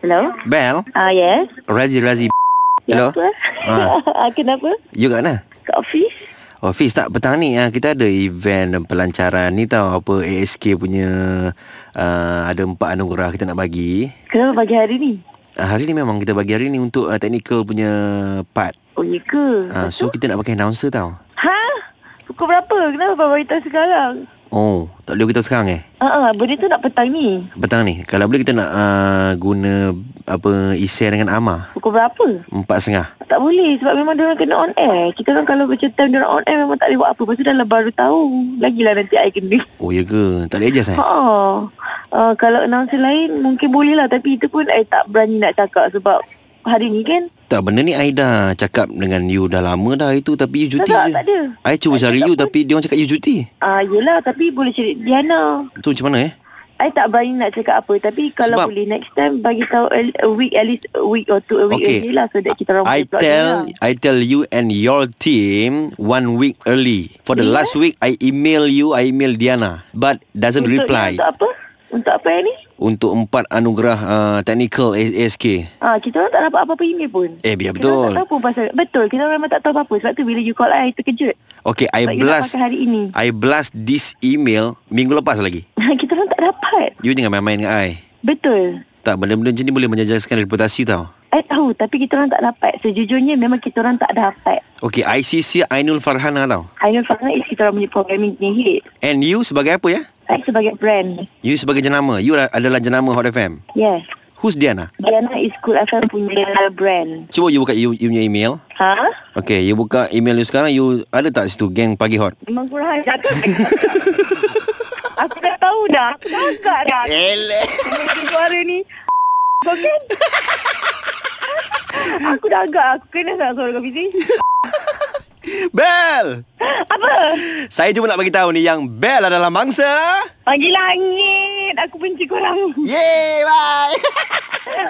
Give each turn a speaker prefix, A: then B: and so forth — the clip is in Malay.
A: Hello?
B: Bel
A: Ah, yes.
B: Razi Razi
A: Ya,
B: Hello
A: Apa? Ah. Kenapa?
B: You kat mana?
A: Ke office?
B: Oh Fiz tak petang ni ah, Kita ada event pelancaran ni tau Apa ASK punya uh, Ada empat anugerah kita nak bagi
A: Kenapa pagi hari ni?
B: uh, Hari ni memang kita bagi hari ni Untuk uh, technical punya part
A: Oh, ya ke?
B: uh, So kita nak pakai announcer tau
A: Ha? Pukul berapa? Kenapa abang beritahu sekarang?
B: Oh tak boleh kita sekarang eh
A: Ah, ah, benda tu nak petang ni.
B: Petang ni Kalau boleh kita nak uh, Guna apa Isen dengan Amar
A: Pukul berapa?
B: Empat setengah
A: Tak boleh sebab memang diorang kena on air. Kita kan kalau macam time diorang on air memang tak boleh buat apa. Lepas tu dah lah baru tahu. Lagilah nanti I kena.
B: Oh ya ke Tak boleh adjust eh
A: Ha. Uh, kalau announcer lain mungkin boleh lah. Tapi itu pun I tak berani nak cakap sebab hari ni kan.
B: Tak benda ni I dah cakap dengan you Dah lama dah itu Tapi you
A: Tak,
B: cuti
A: tak,
B: je
A: tak ada.
B: I cuba
A: Tak
B: cari
A: cakap
B: you
A: pun.
B: Tapi dia orang cakap you cuti
A: Ah, yelah tapi boleh cari Diana.
B: So macam mana eh
A: I tak berani nak cakap apa tapi kalau Sebab
B: Sebab-
A: boleh next time bagi tahu a, a week at least a week or two a week
B: Okay.
A: early lah so that kita orang
B: I
A: boleh plot
B: tell
A: dia lah.
B: I tell you and your team one week early. For the
A: Yeah.
B: last week I email you, I email Diana but doesn't
A: Untuk-
B: reply.
A: Untuk apa? Untuk apa yang ni?
B: Untuk empat anugerah uh, technical ASK.
A: Ah, kita orang tak dapat apa-apa email pun.
B: Eh, biar
A: Kita orang
B: betul.
A: tak tahu pun pasal. Betul, kita orang memang tak tahu apa-apa. Sebab tu bila you call I, I terkejut.
B: Okay, I
A: Sebab you nak
B: blast
A: pakai hari ini.
B: I blast this email minggu lepas lagi.
A: kita orang tak dapat.
B: You jangan main-main dengan I.
A: Betul.
B: Tak, benda-benda macam ni boleh menjejaskan reputasi tau.
A: I tahu tapi kita orang tak dapat. Sejujurnya memang kita orang tak dapat.
B: Okay, ICC Ainul Farhana tau.
A: Ainul Farhan is kita orang punya programming punya hit.
B: And you sebagai apa ya?
A: I sebagai brand.
B: You sebagai jenama. You adalah jenama Hot FM.
A: Yes.
B: Who's Diana?
A: Diana is Cool FM punya brand.
B: Cuba you buka you, you punya email.
A: Ha?
B: Okay, you buka email you sekarang You ada tak situ Gang Pagi Hot?
A: Memang kurang ajar ke? aku dah tahu dah. Aku dah agak dah.
B: Eleh
A: Dengan suara ni. Kau kan? aku dah agak. Aku kena sangat suara kau Fizi.
B: Bel
A: Apa?
B: Saya cuma nak bagi tahu ni Yang Bel adalah mangsa
A: Panggil langit. Aku benci korang.
B: Yeay bye